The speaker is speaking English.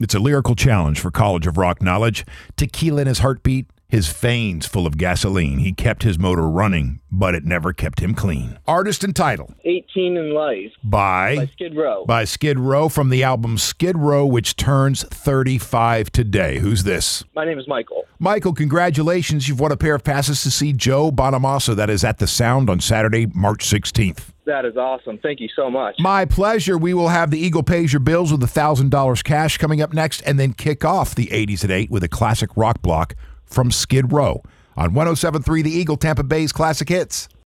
It's a lyrical challenge for College of Rock knowledge. Tequila in his heartbeat, his veins full of gasoline. He kept his motor running, but it never kept him clean. Artist and title 18 in Life by by Skid Row. by Skid Row from the album Skid Row, which turns 35 today. Who's this? My name is Michael. Michael, congratulations. You've won a pair of passes to see Joe Bonamassa. That is at the Sound on Saturday, March 16th. That is awesome. Thank you so much. My pleasure. We will have the Eagle pays your bills with $1,000 cash coming up next and then kick off the 80s at 8 with a oh classic rock block from Skid Row on 1073 The Eagle, Tampa Bay's Classic Hits.